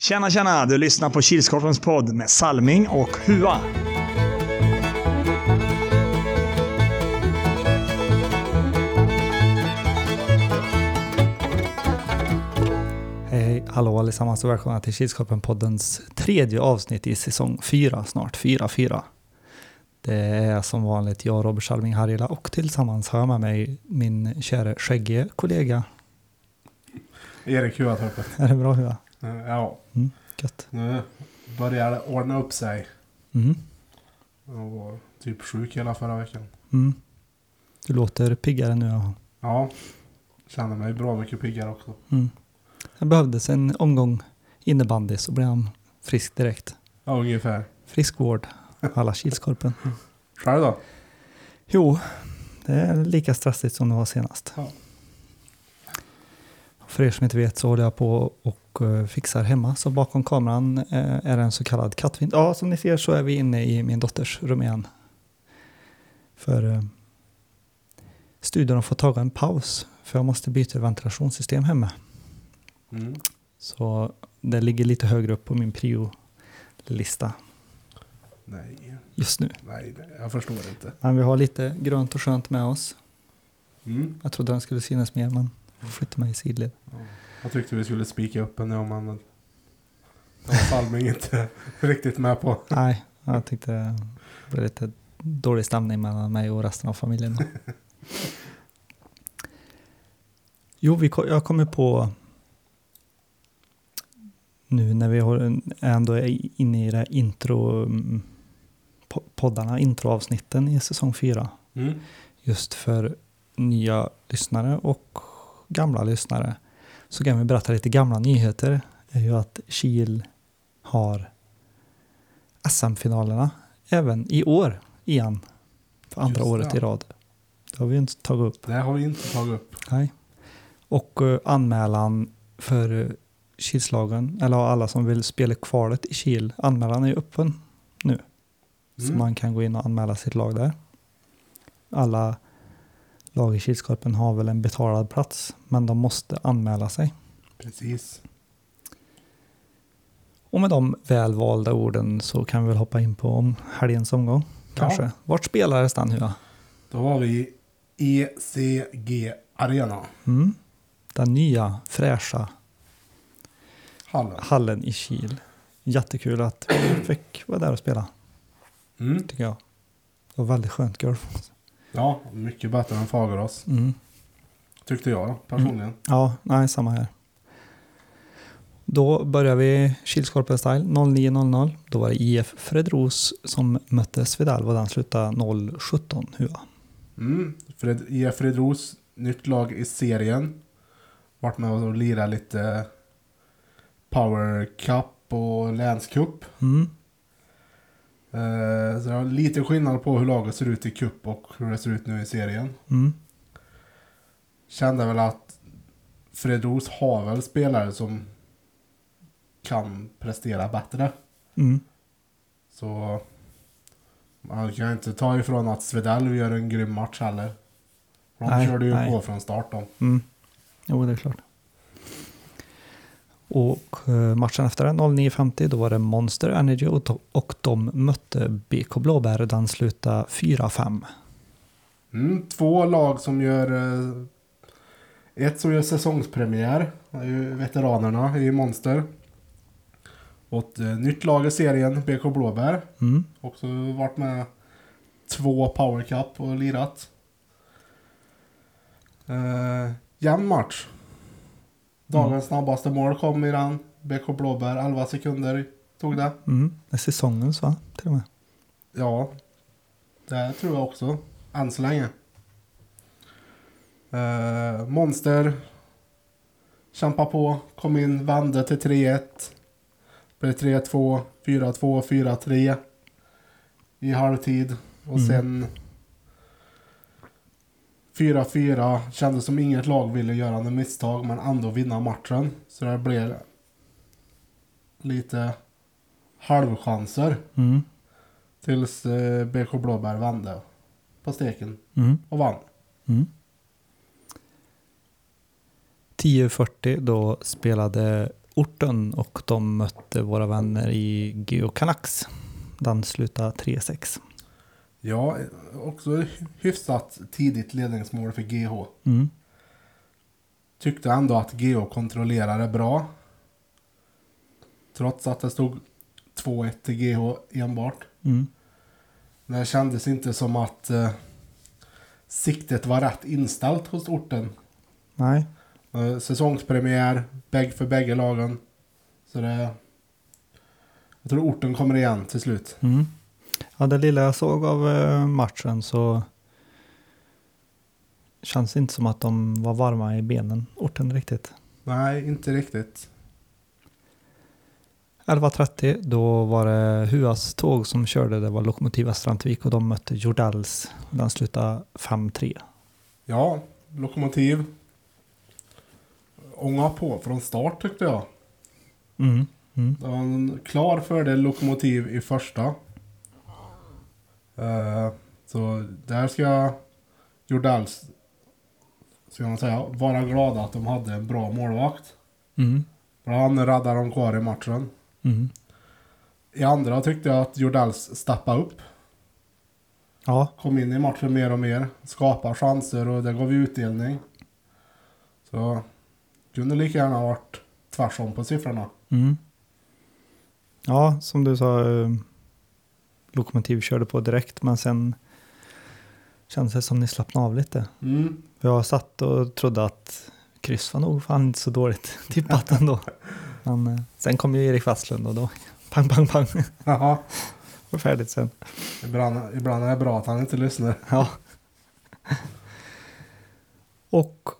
Tjena, tjena! Du lyssnar på Kilskorpens podd med Salming och Hua. Hej, hej, hallå allesammans och välkomna till Kilskorpen-poddens tredje avsnitt i säsong fyra, snart fyra, fyra. Det är som vanligt jag, Robert Salming Harjela och tillsammans har jag med mig min käre skäggige kollega. Erik Huatorpet. Är det bra Hua? Eh, Ja, Mm, gött. nu börjar det ordna upp sig. Mm, Jag var typ sjuk hela förra veckan. mm. Du låter piggare nu. ja. Ja, känner mig bra mycket piggare också. Mm. Det behövdes en omgång innebandy så blev han frisk direkt. Ja, ungefär. Friskvård, alla Kilskorpen. Själv då? Jo, det är lika stressigt som det var senast. Ja. För er som inte vet så håller jag på och eh, fixar hemma. Så bakom kameran eh, är det en så kallad kattvind. Ja, som ni ser så är vi inne i min dotters rum igen. För eh, studion har fått ta en paus. För jag måste byta ventilationssystem hemma. Mm. Så det ligger lite högre upp på min prio-lista Nej, just nu. nej, nej, jag förstår inte. Men vi har lite grönt och skönt med oss. Mm. Jag trodde den skulle synas mer men jag flyttar mig i sidled. Jag tyckte vi skulle spika upp en om men det var Salming inte riktigt med på. Nej, jag tyckte det blev lite dålig stämning mellan mig och resten av familjen. Jo, vi, ko- jag kommer på nu när vi har, ändå är inne i det här intro mm, po- poddarna, introavsnitten i säsong fyra. Mm. Just för nya lyssnare och gamla lyssnare så kan vi berätta lite gamla nyheter. är ju att Kil har SM-finalerna även i år igen. För andra Just året det. i rad. Det har vi ju inte tagit upp. Det har vi inte tagit upp. Nej. Och eh, anmälan för eh, Kilslagen, eller alla som vill spela kvalet i Kil, anmälan är ju öppen. Så Mm. man kan gå in och anmäla sitt lag där. Alla lag i Kilskorpen har väl en betalad plats, men de måste anmäla sig. Precis. Och med de välvalda orden så kan vi väl hoppa in på om helgens omgång. Kanske. Vart spelades den Hua? Då var vi i ECG Arena. Mm. Den nya fräscha Hallen. hallen i Kil. Jättekul att vi fick vara där och spela, Mm. tycker jag. Det var väldigt skönt golf. Ja, mycket bättre än Fagerås. Mm. Tyckte jag då, personligen. Ja, nej, samma här. Då börjar vi Kilskorpen Style 09.00. Då var det IF Fredros som mötte Svedalv och den slutade 0.17. Hua. Mm. Fred, IF Fredros, nytt lag i serien. Vart med och lirat lite eh, Power Cup och länscup. Mm. Eh, så det var lite skillnad på hur laget ser ut i cup och hur det ser ut nu i serien. Mm. Kände väl att Fredros har väl spelare som kan prestera bättre. Mm. Så man kan inte ta ifrån att Svedell gör en grym match heller. De Nej, körde ju nej. på från start då. Mm. Jo, det är klart. Och eh, matchen efter det, 09.50, då var det Monster Energy och, to- och de mötte BK Blåbär och den slutade 4-5. Mm, två lag som gör... eh, Ett som gör säsongspremiär. Det är ju veteranerna i Monster. Och ett eh, nytt lag i serien, BK Blåbär. Mm. Också varit med två Power Cup och lirat. Eh, jämn match. Dagens snabbaste mål kom i den. BK Blåbär 11 sekunder tog det. Mm. Det är säsongens va? Till och med. Ja, det tror jag också. Än så länge. Eh, Monster kämpa på, kom in, vände till 3-1. Blev 3-2, 4-2, 4-3 i halvtid. Och Mm. sen 4-4. Kändes som inget lag ville göra något misstag men ändå vinna matchen. Så det blev lite halvchanser. Mm. Tills eh, BK Blåbär vände på steken Mm. och vann. Mm. 10.40 då spelade orten och de mötte våra vänner i Geo Canucks. Den slutade 3-6. Ja, också hyfsat tidigt ledningsmål för GH. Mm. Tyckte ändå att GH kontrollerade bra. Trots att det stod 2-1 till GH enbart. Mm. Men det kändes inte som att eh, siktet var rätt inställt hos orten. Nej. Eh, säsongspremiär, bägg för bägge lagen. Så det... Jag tror orten kommer igen till slut. Mm. Ja, det lilla jag såg av eh, matchen så känns det inte som att de var varma i benen, orten riktigt. Nej, inte riktigt. 11.30, då var det Huas tåg som körde, det var Lokomotiv Västervik och de mötte Jordals. Den slutade 5-3. Ja, Lokomotiv. Ånga på från start tyckte jag. Mm. Mm. Det var en klar fördel Lokomotiv i första. Eh, så där ska Jordals, ska man säga, vara glada att de hade en bra målvakt. Mm. För han räddade dem kvar i matchen. Mm. I andra tyckte jag att Jordals stappade upp. Ja, Kom in i matchen mer och mer. Skapar chanser och det gav ju utdelning. Så kunde lika gärna ha varit tvärsom på siffrorna. Mm. Ja, som du sa, eh, Lokomotiv körde på direkt, men sen kändes det som ni slappnade av lite. Mm. För Jag satt och trodde att kryss var nog fan inte så dåligt tippat ändå. Men eh, sen kom ju Erik Wasslund och då pang, pang, pang Jaha. var färdigt sen. Ibland, ibland är det bra att han inte lyssnar. Ja. Och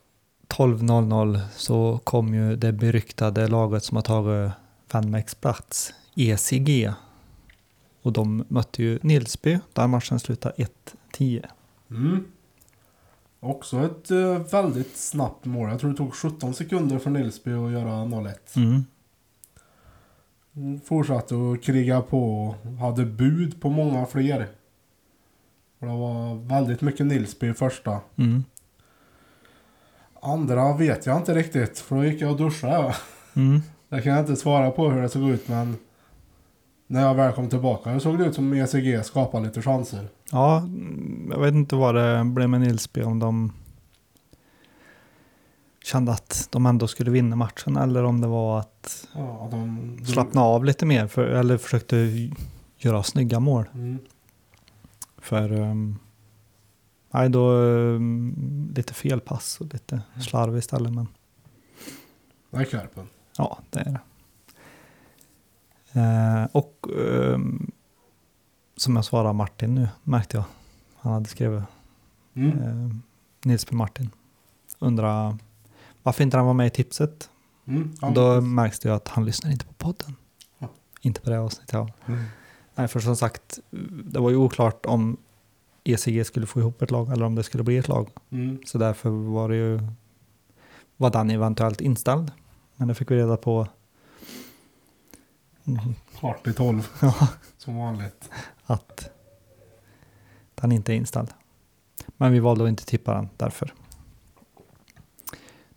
12.00 så kom ju det beryktade laget som har tagit Vanmäks plats, ECG. Och de mötte ju Nilsby, där matchen slutade 1-10. Mm. Också ett eh, väldigt snabbt mål. Jag tror det tog 17 sekunder för Nilsby att göra 0-1. Mm. Mm. Fortsatte att kriga på och hade bud på många fler. Och det var väldigt mycket Nilsby i första. Mm. Andra vet jag inte riktigt för då gick jag och duschade. Mm. Jag kan inte svara på hur det såg ut men när jag väl kom tillbaka då såg det ut som ECG skapade lite chanser. Ja, mm, jag vet inte vad det blev med Nilsby, om de kände att de ändå skulle vinna matchen eller om det var att Ja, de, slappna av lite mer för, eller försökte göra snygga mål. Mm. För ehm, nej, då ehm, lite fel pass och lite Mm. slarv istället. Men Det är Kärpen. ja, det är det. Eh, och ehm, som jag svarar Martin nu, märkte jag. Han hade skrivit Mm. eh, Nils P. Martin. Undrar varför inte han var med i tipset. Mm. Ja, Och då märks det ju att han lyssnar inte på podden. Ja. Inte på det här avsnittet. Ja. Mm. Nej, för som sagt, det var ju oklart om ECG skulle få ihop ett lag eller om det skulle bli ett lag. Mm. Så därför var det ju var den eventuellt inställd. Men det fick vi reda på mm, Kvart i tolv. Ja. Som vanligt. att den inte är inställd. Men vi valde att inte tippa den därför.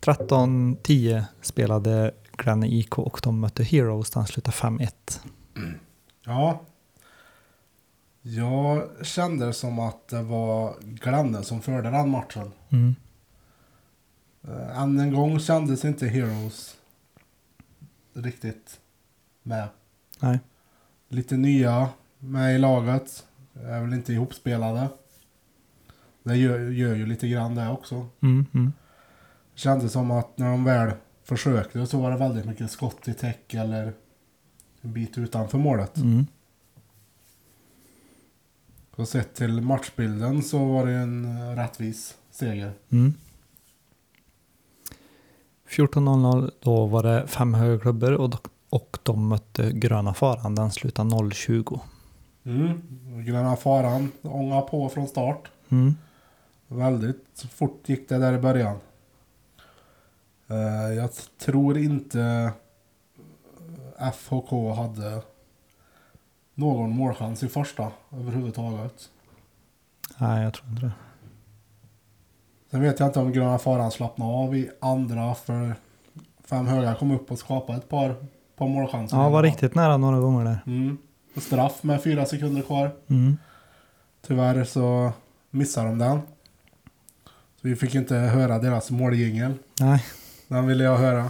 13-10 spelade Granny IK och de mötte Heroes. Den slutade 5-1. Ja. Jag kände det som att det var Glenne som förde den matchen. Mm. Eh, Än en gång kändes inte Heroes riktigt med. Nej. Lite nya med i laget. Är väl inte ihopspelade. Det gör, gör ju lite grann det också. Mm, mm, Kändes som att när de väl försökte så var det väldigt mycket skott i täck eller en bit utanför målet. mm. Och sett till matchbilden så var det en rättvis seger. Mm. 14.00 då var det fem högerklubbor och, och de mötte Gröna Faran. Den slutade 0.20. Mm. Gröna faran ångade på från start. Mm. Väldigt fort gick det där i början. Eh, jag tror inte FHK hade någon målchans i första överhuvudtaget. Nej, jag tror inte det. Sen vet jag inte om gröna faran slappnade av i andra för fem höga kom upp och skapade ett par, par målchanser. Ja, var riktigt nära några gånger där. Mm. Och Straff med fyra sekunder kvar. Mm. Tyvärr så missade de den. Så vi fick inte höra deras måljingel. Nej, Den ville jag höra.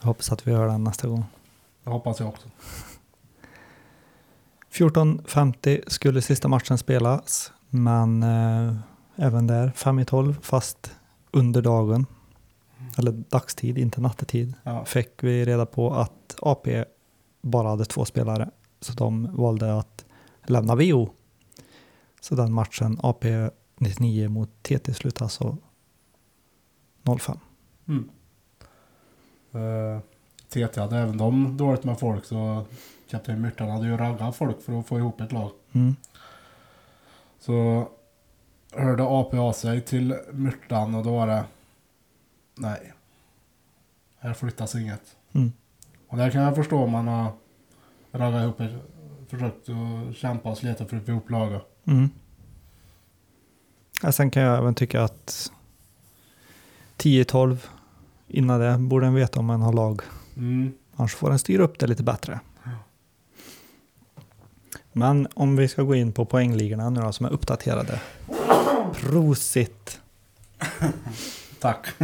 jag hoppas att vi hör den nästa gång. Det hoppas jag också. 14.50 skulle sista matchen spelas, men eh, även där 5 i 12, fast under dagen, eller dagstid, inte nattetid, Ja. fick vi reda på att AP bara hade två spelare, så de valde att lämna VO. Så den matchen, AP 99 mot TT, slutade alltså 05. Mm. Eh, TT hade även de dåligt med folk så kapten Myrtan hade ju raggat folk för att få ihop ett lag. Mm. Så hörde AP av sig till Myrtan och då var det nej. Här flyttas inget. Mm. Och där kan jag förstå om man har raggat ihop ett, försökt att kämpa och slita för att få ihop laget. Mm. Ja, sen kan jag även tycka att 10-12 innan det borde en veta om en har lag. Mm. Annars får en styra upp det lite bättre. Men om vi ska gå in på poängligorna nu då, som är uppdaterade. Prosit! Tack.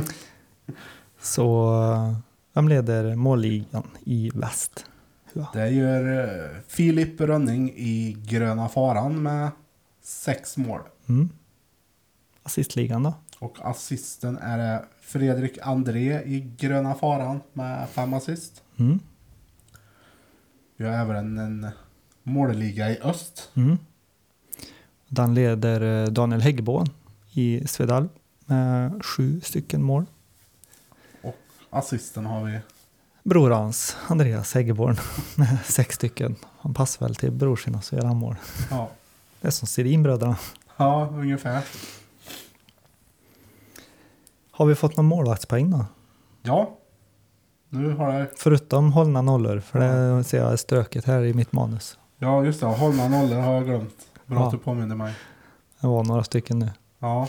Så eh, vem leder målligan i väst? Det gör eh, Filip Rönning i Gröna Faran med sex mål. Mm. Assistligan då? Och assisten är det Fredrik André i Gröna Faran med fem assist. Mm. Vi har även en målliga i öst. Mm. Den leder eh, Daniel Häggborn i Svedal med sju stycken mål. Assisten har vi. Bror hans, Andreas Häggborn, med sex stycken. Han passar väl till bror sin och så gör han mål. Ja, Det är som Sedinbröderna. ja ungefär. Har vi fått någon målvaktspoäng då? Ja, nu har jag... Förutom hållna nollor, för det ser jag är stökigt här i mitt manus. Ja, just det. Hållna nollor har jag glömt. Bra att Ja. du påminner mig. Det var några stycken nu. Ja.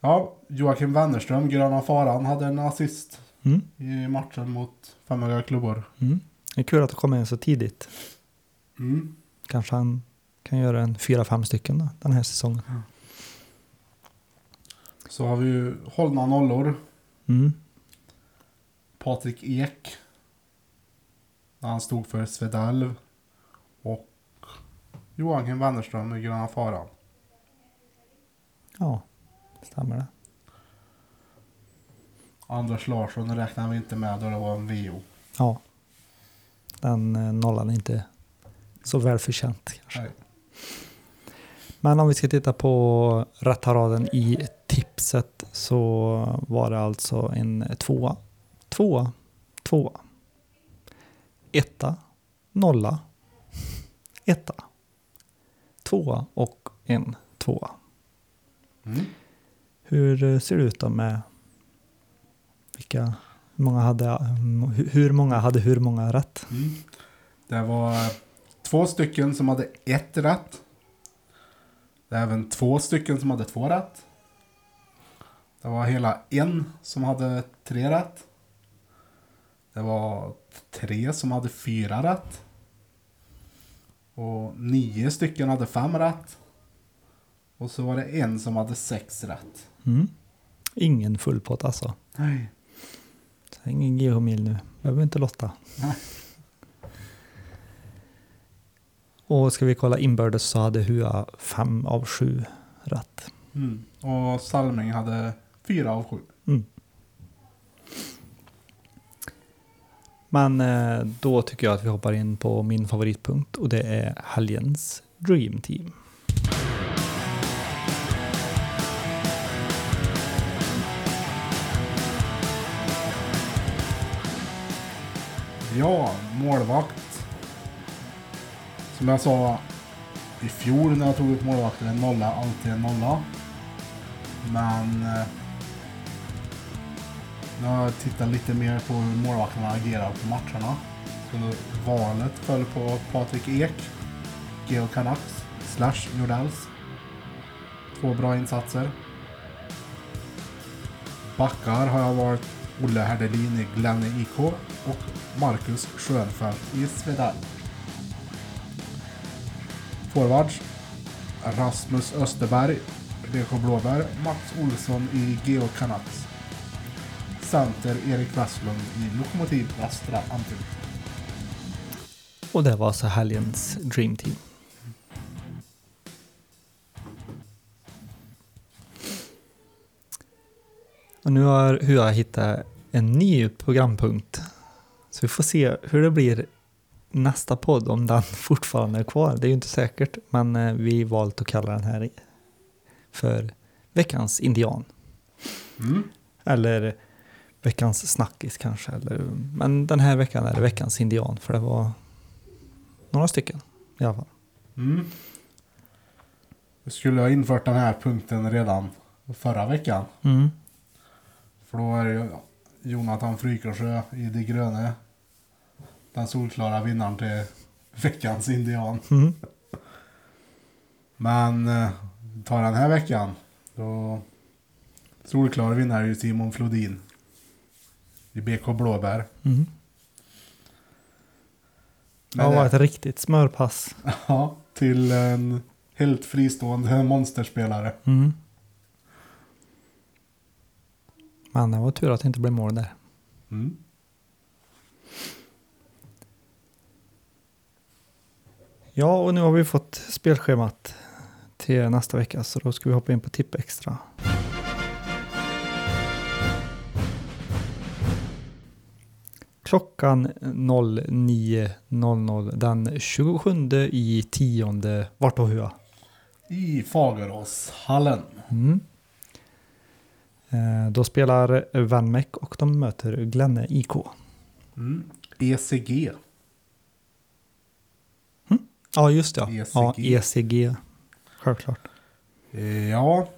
Ja, Joakim Wennerström, Gröna Faran, hade en assist Mm. i matchen mot Femöga klubbor. Mm. Det är kul att det kommer in så tidigt. Mm. Kanske han kan göra en fyra, fem stycken då, den här säsongen. Så har vi ju hållna nollor. Mm. Patrik Ek. När han stod för Svedalv. Och Joakim Wennerström i Gröna Faran. Ja, stämmer det. Anders Larsson räknar vi inte med då det var en VO. Ja. Den eh, nollan är inte så välförtjänt kanske. Nej. Men om vi ska titta på rätta raden i tipset så var det alltså en tvåa, tvåa, tvåa, etta, nolla, etta, tvåa och en tvåa. Mm. Hur eh, ser det ut då med vilka, hur många hade, mm, hu- hur många hade hur många rätt? Mm. Det var två stycken som hade ett rätt. Det är även två stycken som hade två rätt. Det var hela en som hade tre rätt. Det var tre som hade fyra rätt. Och nio stycken hade fem rätt. Och så var det en som hade sex rätt. Mm. Ingen full pott alltså. Nej. Så ingen GH-mil nu. Behöver inte lotta. Nej. Och ska vi kolla inbördes så hade Hua fem av sju rätt. Mm. Och Salming hade fyra av sju. Men eh, då tycker jag att vi hoppar in på min favoritpunkt och det är helgens Dream Team. Ja, målvakt. Som jag sa i fjol när jag tog ut målvakten, en nolla är alltid en nolla. Men eh, nu har jag tittat lite mer på hur målvakterna agerar på matcherna. Så valet föll på Patrik Ek, Geo Canucks, slash Nordells. Två bra insatser. Backar har jag valt Olle Herdelin i Glenne IK och Marcus Schönfeldt i Svedal. Forwards Rasmus Österberg, BK Blåbär, Mats Olsson i GH Canucks. Center Erik Westlund i Lokomotiv Västra Antwerp. Och det var alltså helgens Dream Team. Och nu har Hua hittat en ny programpunkt. Så vi får se hur det blir nästa podd, om den fortfarande är kvar. Det är ju inte säkert, men eh, vi valt att kalla den här för veckans indian. Mm. Eller veckans snackis kanske. Eller, men den här veckan är det veckans indian för det var några stycken i alla fall. Mm. Vi skulle ha infört den här punkten redan förra veckan. Mm. För då är det ju Jonathan Frykersjö i De gröne. Den solklara vinnaren till veckans indian. Mm. Men eh, tar den här veckan då solklar vinnare är ju Simon Flodin. I BK Blåbär. Mm. Det Men var det- ett riktigt smörpass. Ja, till en helt fristående monsterspelare. Mm. Men det var tur att det inte blev mål där. Mm. Ja, och nu har vi fått spelschemat till nästa vecka så då ska vi hoppa in på tipp extra. Klockan 09.00 den 27 i tionde, vart då hua? I Fageråshallen. Mm. Eh, Då spelar Vänmäck och de möter Glenne IK. Mm. ECG. Ja, just det. ECG. Ja, ECG. Självklart. Eh, Ja.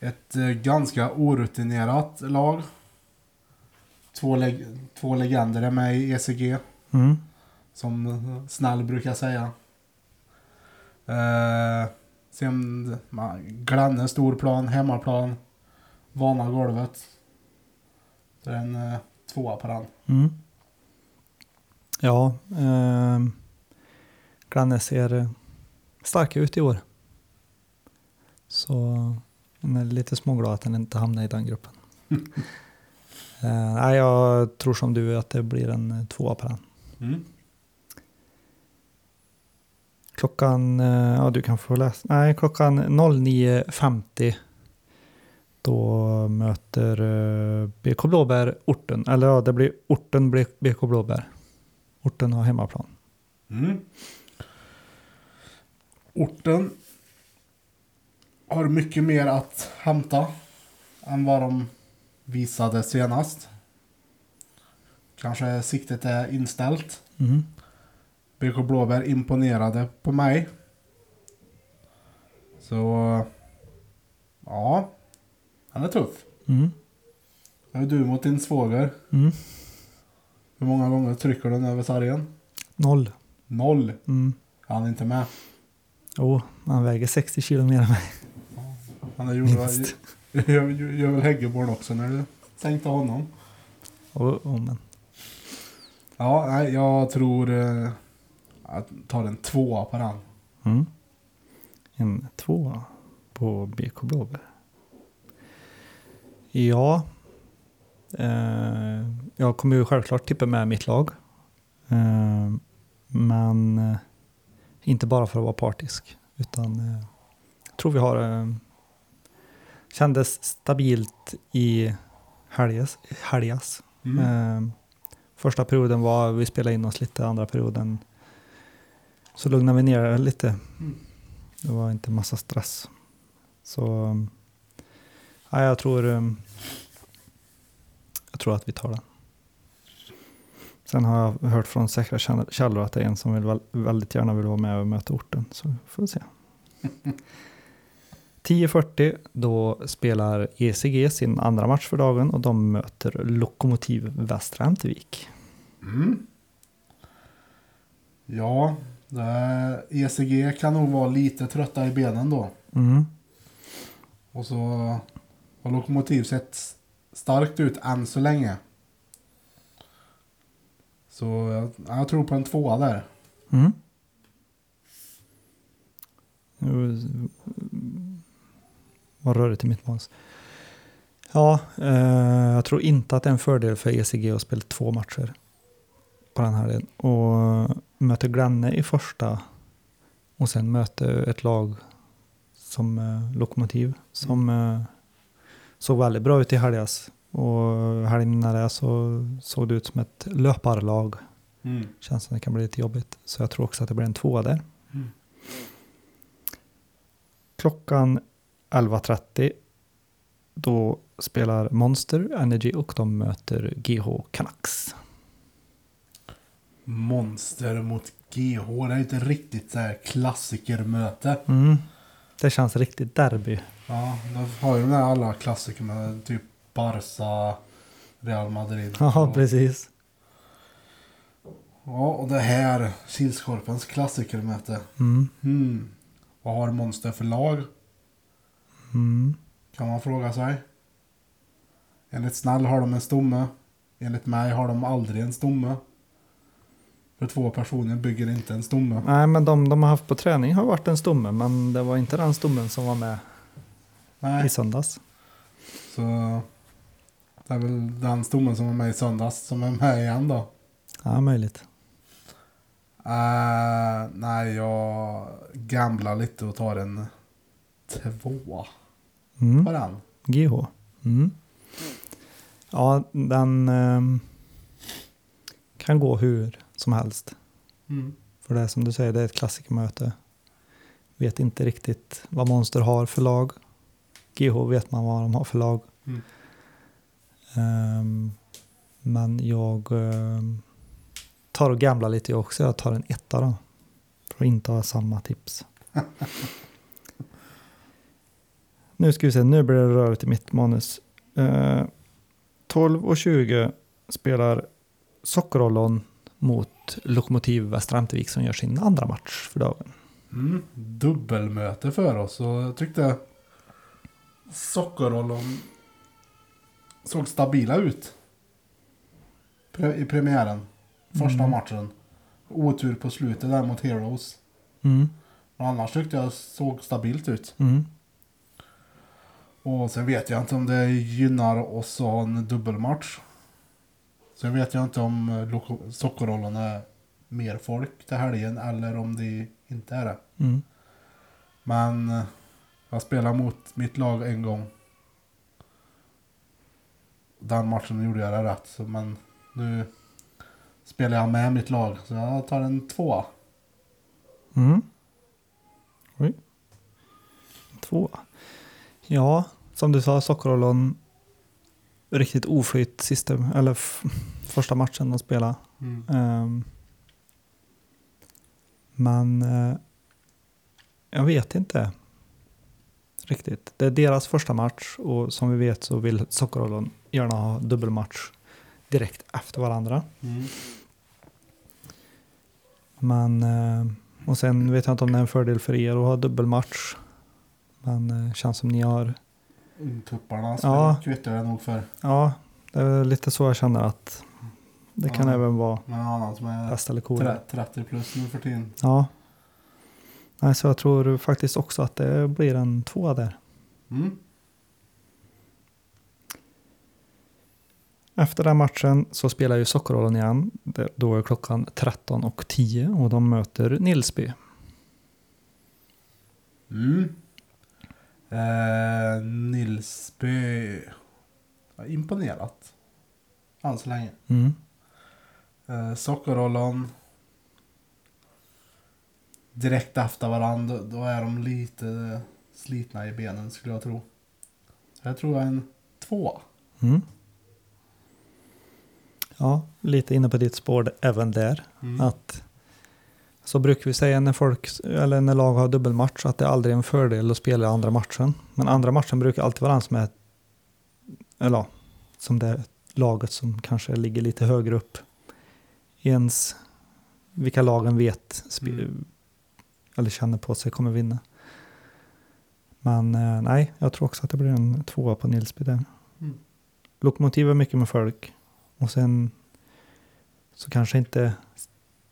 Ett eh, ganska orutinerat lag. Två, leg- två legender är med i ECG, Mm. som eh, Snäll brukar säga. Eh, sen man, Glenne, stor plan, hemmaplan. Vana golvet. Det är en eh, tvåa på den. Mm. Ja, eh, Glanne ser eh, starka ut i år. Så man är lite småglad att han inte hamnar i den gruppen. eh, nej, jag tror som du att det blir en eh, tvåa på den. Mm. Klockan, eh, ja du kan få läsa, nej klockan 09.50 då möter eh, BK Blåbär orten, eller ja det blir orten blir BK Blåbär. Orten har hemmaplan. Mm. Orten har mycket mer att hämta än vad de visade senast. Kanske siktet är inställt. Mm. BK Blåbär imponerade på mig. Så... Ja. Han är tuff. Mm. Det är du mot din svåger. Mm. Hur många gånger trycker den över sargen? Noll. Noll. Mm. Han är inte med. Jo, han väger 60 kilo mer än mig. Han gjorde väl, Minst. gör, gör väl Häggeborn också när du sänkte honom. Oh, oh, men. Ja, nej, jag tror eh, att tar en tvåa på den. Mm. En tvåa på BK Blåbär. Ja, eh, jag kommer ju självklart tippa med mitt lag. Eh, men eh, inte bara för att vara partisk, utan eh, jag tror vi har eh, kändes stabilt i helgas. helgas. Mm. Eh, första perioden var, vi spelade in oss lite, andra perioden så lugnade vi ner det lite. Mm. Det var inte massa stress. Så ja, jag tror eh, jag tror att vi tar den. Sen har jag hört från säkra käll- källor att det är en som vill, väl- väldigt gärna vill vara med och möta orten, så får vi se. 10.40 då spelar ECG sin andra match för dagen och de möter Lokomotiv Västra Ämtervik. Mm. Ja, det, ECG kan nog vara lite trötta i benen då. Mm. Och så har Lokomotiv sett starkt ut än så länge. Så jag, jag tror på en tvåa där. Mm. Nu var rörigt i mitt manus. Ja, eh, jag tror inte att det är en fördel för ECG att spela två matcher på den här delen. Och möter Glenne i första och sen möter ett lag som eh, Lokomotiv som eh, såg väldigt bra ut i helgas. Och helgen innan det så såg det ut som ett löparlag Känns som det kan bli lite jobbigt. Så jag tror också att det blir en tvåa där. Mm. Klockan 11.30 då spelar Monster Energy och de möter GH Canucks. Monster mot GH. Det är ju inte riktigt så här klassikermöte. Mm. Det känns riktigt derby. Ja, de har ju de där alla klassikerna. Typ Barca, Real Madrid. Ja, precis. Ja, och det här Kilskorpens klassikermöte. Mm. Hmm. Vad har Monster för lag? Mm. Kan man fråga sig. Enligt Snäll har de en stomme. Enligt mig har de aldrig en stomme. För två personer bygger inte en stomme. Nej, men de de har haft på träning har varit en stomme, men det var inte den stommen som var med i Nej, söndags. så det är väl den stommen som var med i söndags som är med igen då. Ja, möjligt. Eh, nej, jag gamblar lite och tar en tvåa Mm. på den. GH. Mm. Ja, den ehm, kan gå hur som helst. Mm. För det är som du säger, det är ett klassikermöte. Vet inte riktigt vad Monster har för lag. GH vet man vad de har för lag. Mm. Ehm, men jag ehm, tar och gamlar lite jag också. Jag tar en etta då. För att inte ha samma tips. nu ska vi se, nu blir det rörigt i mitt manus. Uh, 12 och 20 spelar Sockerollon mot Lokomotiv Västra Ämtervik som gör sin andra match för dagen. Mm. Dubbelmöte för oss och jag tyckte Sockerollon såg stabila ut. Pre- I premiären. Första Mm. matchen. Otur på slutet där mot Heroes. Mm. Men annars tyckte jag såg stabilt ut. Mm. Och sen vet jag inte om det gynnar oss att ha en dubbelmatch. Sen vet jag inte om eh, Loko- Sockerrollon är mer folk till helgen eller om det inte är det. Mm. Men eh, jag spelade mot mitt lag en gång. Den matchen gjorde jag det rätt, så, men nu spelar jag med mitt lag. Så jag tar en tvåa. Mm. Oj. Två. Ja, som du sa, Sockerollon riktigt oflyt sista, eller f- första matchen de spelade. Ehm, men eh, jag vet inte riktigt. Det är deras första match och som vi vet så vill Sockerollon gärna ha dubbelmatch direkt efter varandra. Mm. Men, eh, och sen vet jag inte om det är en fördel för er att ha dubbelmatch. Men eh, känns som ni har, Ungtupparna Ja. ja. kvittar jag nog för. ja, det är lite så jag känner att det kan Ja. även vara Men annan som är häst eller kor. tre- 30 plus nu för tiden. Ja. Nej, så jag tror faktiskt också att det blir en tvåa där. Mm. Efter den matchen så spelar ju Sockerrollen igen. Det- Då är klockan 13 och 10 och de möter Nilsby. Mm. Eh, Nilsby har imponerat. Än så länge. Mm. Eh, sockerrollon. Direkt efter varandra, då är de lite slitna i benen skulle jag tro. Så jag tror jag en tvåa. Mm. Ja, lite inne på ditt spår d- även där. Att, så brukar vi säga när, folk, eller när lag har dubbelmatch att det aldrig är en fördel att spela andra matchen. Men andra matchen brukar alltid vara den som är, eller ja, som det laget som kanske ligger lite högre upp. i Ens vilka lagen vet sp- Mm. eller känner på sig kommer vinna. Men eh, nej, jag tror också att det blir en tvåa på Nilsby där. Lokomotiv är mycket med folk. Och sen så kanske inte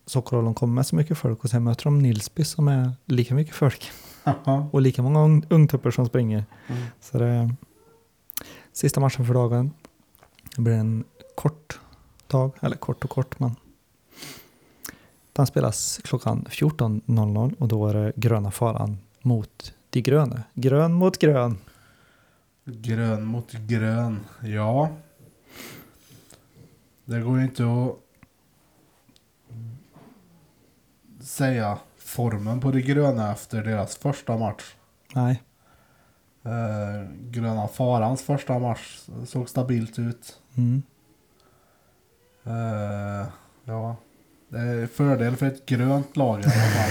Sockerholm kommer med så mycket folk. Och sen möter de Nilsby som är lika mycket folk. Haha. Och lika många ung- ungtuppar som springer. Mm. Så det, sista matchen för dagen. Det blir en kort dag, eller kort och kort men. Den spelas klockan 14.00 och då är det gröna faran mot de gröna. Grön mot grön. Grön mot grön, ja. Det går ju inte att säga formen på det gröna efter deras första match. Nej, Eh, gröna farans första match såg stabilt ut. mm. Eh, ja, det är fördel för ett grönt lag i alla fall.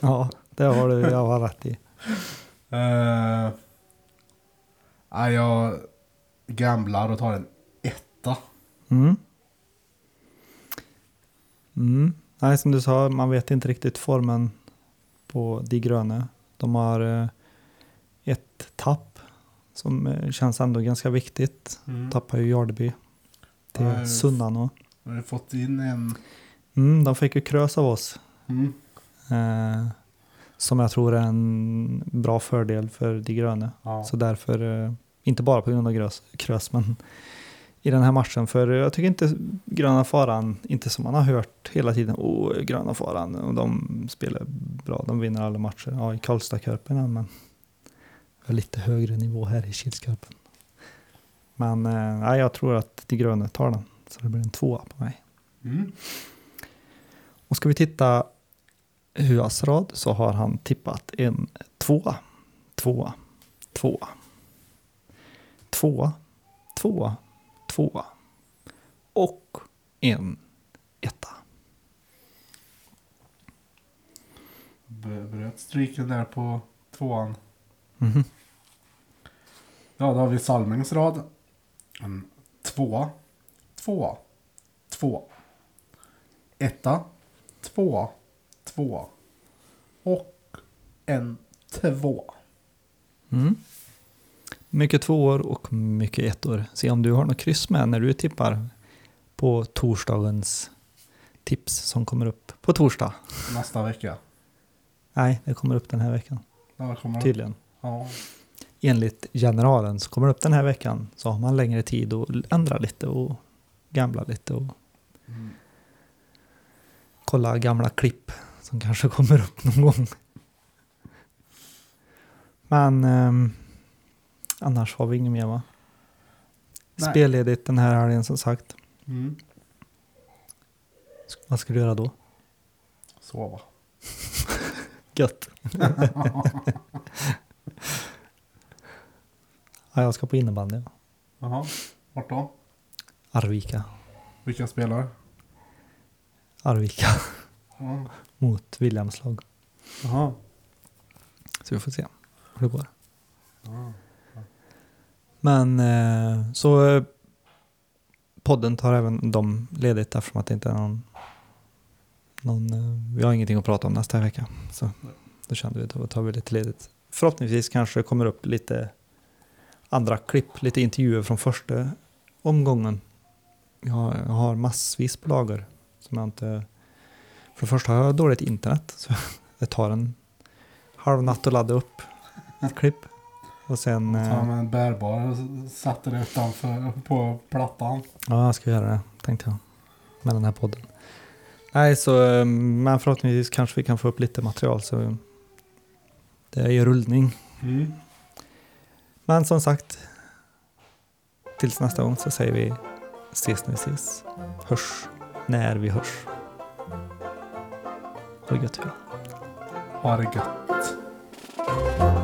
ja det har du jag har rätt i. Eh, nej, jag gamblar och tar en etta. Mm. Mm. Nej, som du sa, man vet inte riktigt formen på de gröna. De har eh, ett tapp som eh, känns ändå ganska viktigt. Tappar ju Jarleby till Nej. Sunnanå. Nu har vi fått in en... Mm, de fick ju krös av oss. Mm. Eh, som jag tror är en bra fördel för de gröna. Ja. Så därför, eh, inte bara på grund av grös, krös, men i den här matchen. För jag tycker inte gröna faran, inte som man har hört hela tiden, åh gröna faran, och de spelar bra, de vinner alla matcher. Ja, i Karlstadkorpen, ja, men på lite högre nivå här i Kilskorpen. Men eh, nej, jag tror att de gröna tar den, så det blir en tvåa på mig. Mm. Och ska vi titta Huasrad så har han tippat en tvåa, tvåa, tvåa, tvåa, tvåa, tvåa och en etta. B- Bröt streaken där på tvåan. Ja, då har vi Salmings rad. En tvåa, tvåa, tvåa. Etta, tvåa, tvåa. Och en tvåa. Mm. Mycket tvåor och mycket ettor. Se om du har något kryss med när du tippar på torsdagens tips som kommer upp på torsdag. Nästa vecka. Nej, det kommer upp den här veckan När kommer den? tydligen. Ja. enligt generalen så kommer det upp den här veckan så har man längre tid att l- ändra lite och gamla lite och Mm. kolla gamla klipp som kanske kommer upp någon gång. Men ehm, annars har vi inget mer va? Nej. Spelledigt den här helgen som sagt. Mm. S- Vad ska du göra då? Sova. Gött! ja, jag ska på innebandy. Jaha. Vart då? Arvika. Vilka spelare? Arvika Ja. mot Williamslag. Jaha. Så vi får se hur det går. Ja. Men eh, så eh, podden tar även dem ledigt eftersom att det inte är någon, någon eh, vi har ingenting att prata om nästa vecka. Så då kände vi att då tar vi lite ledigt. Förhoppningsvis kanske det kommer upp lite andra klipp, lite intervjuer från första omgången. Jag har, jag har massvis på lager som jag inte... För det första har jag dåligt internet så det tar en halv natt att ladda upp ett klipp. Och sen... Ta eh, med en bärbar och satte det utanför på plattan. Ja, jag ska göra det, tänkte jag. Med den här podden. Nej, så, eh, men förhoppningsvis kanske vi kan få upp lite material. Så det är ju rullning. Mm. Men som sagt, tills nästa gång så säger vi ses när vi ses. Hörs när vi hörs. Ha det gött. hej då. Ha det gött.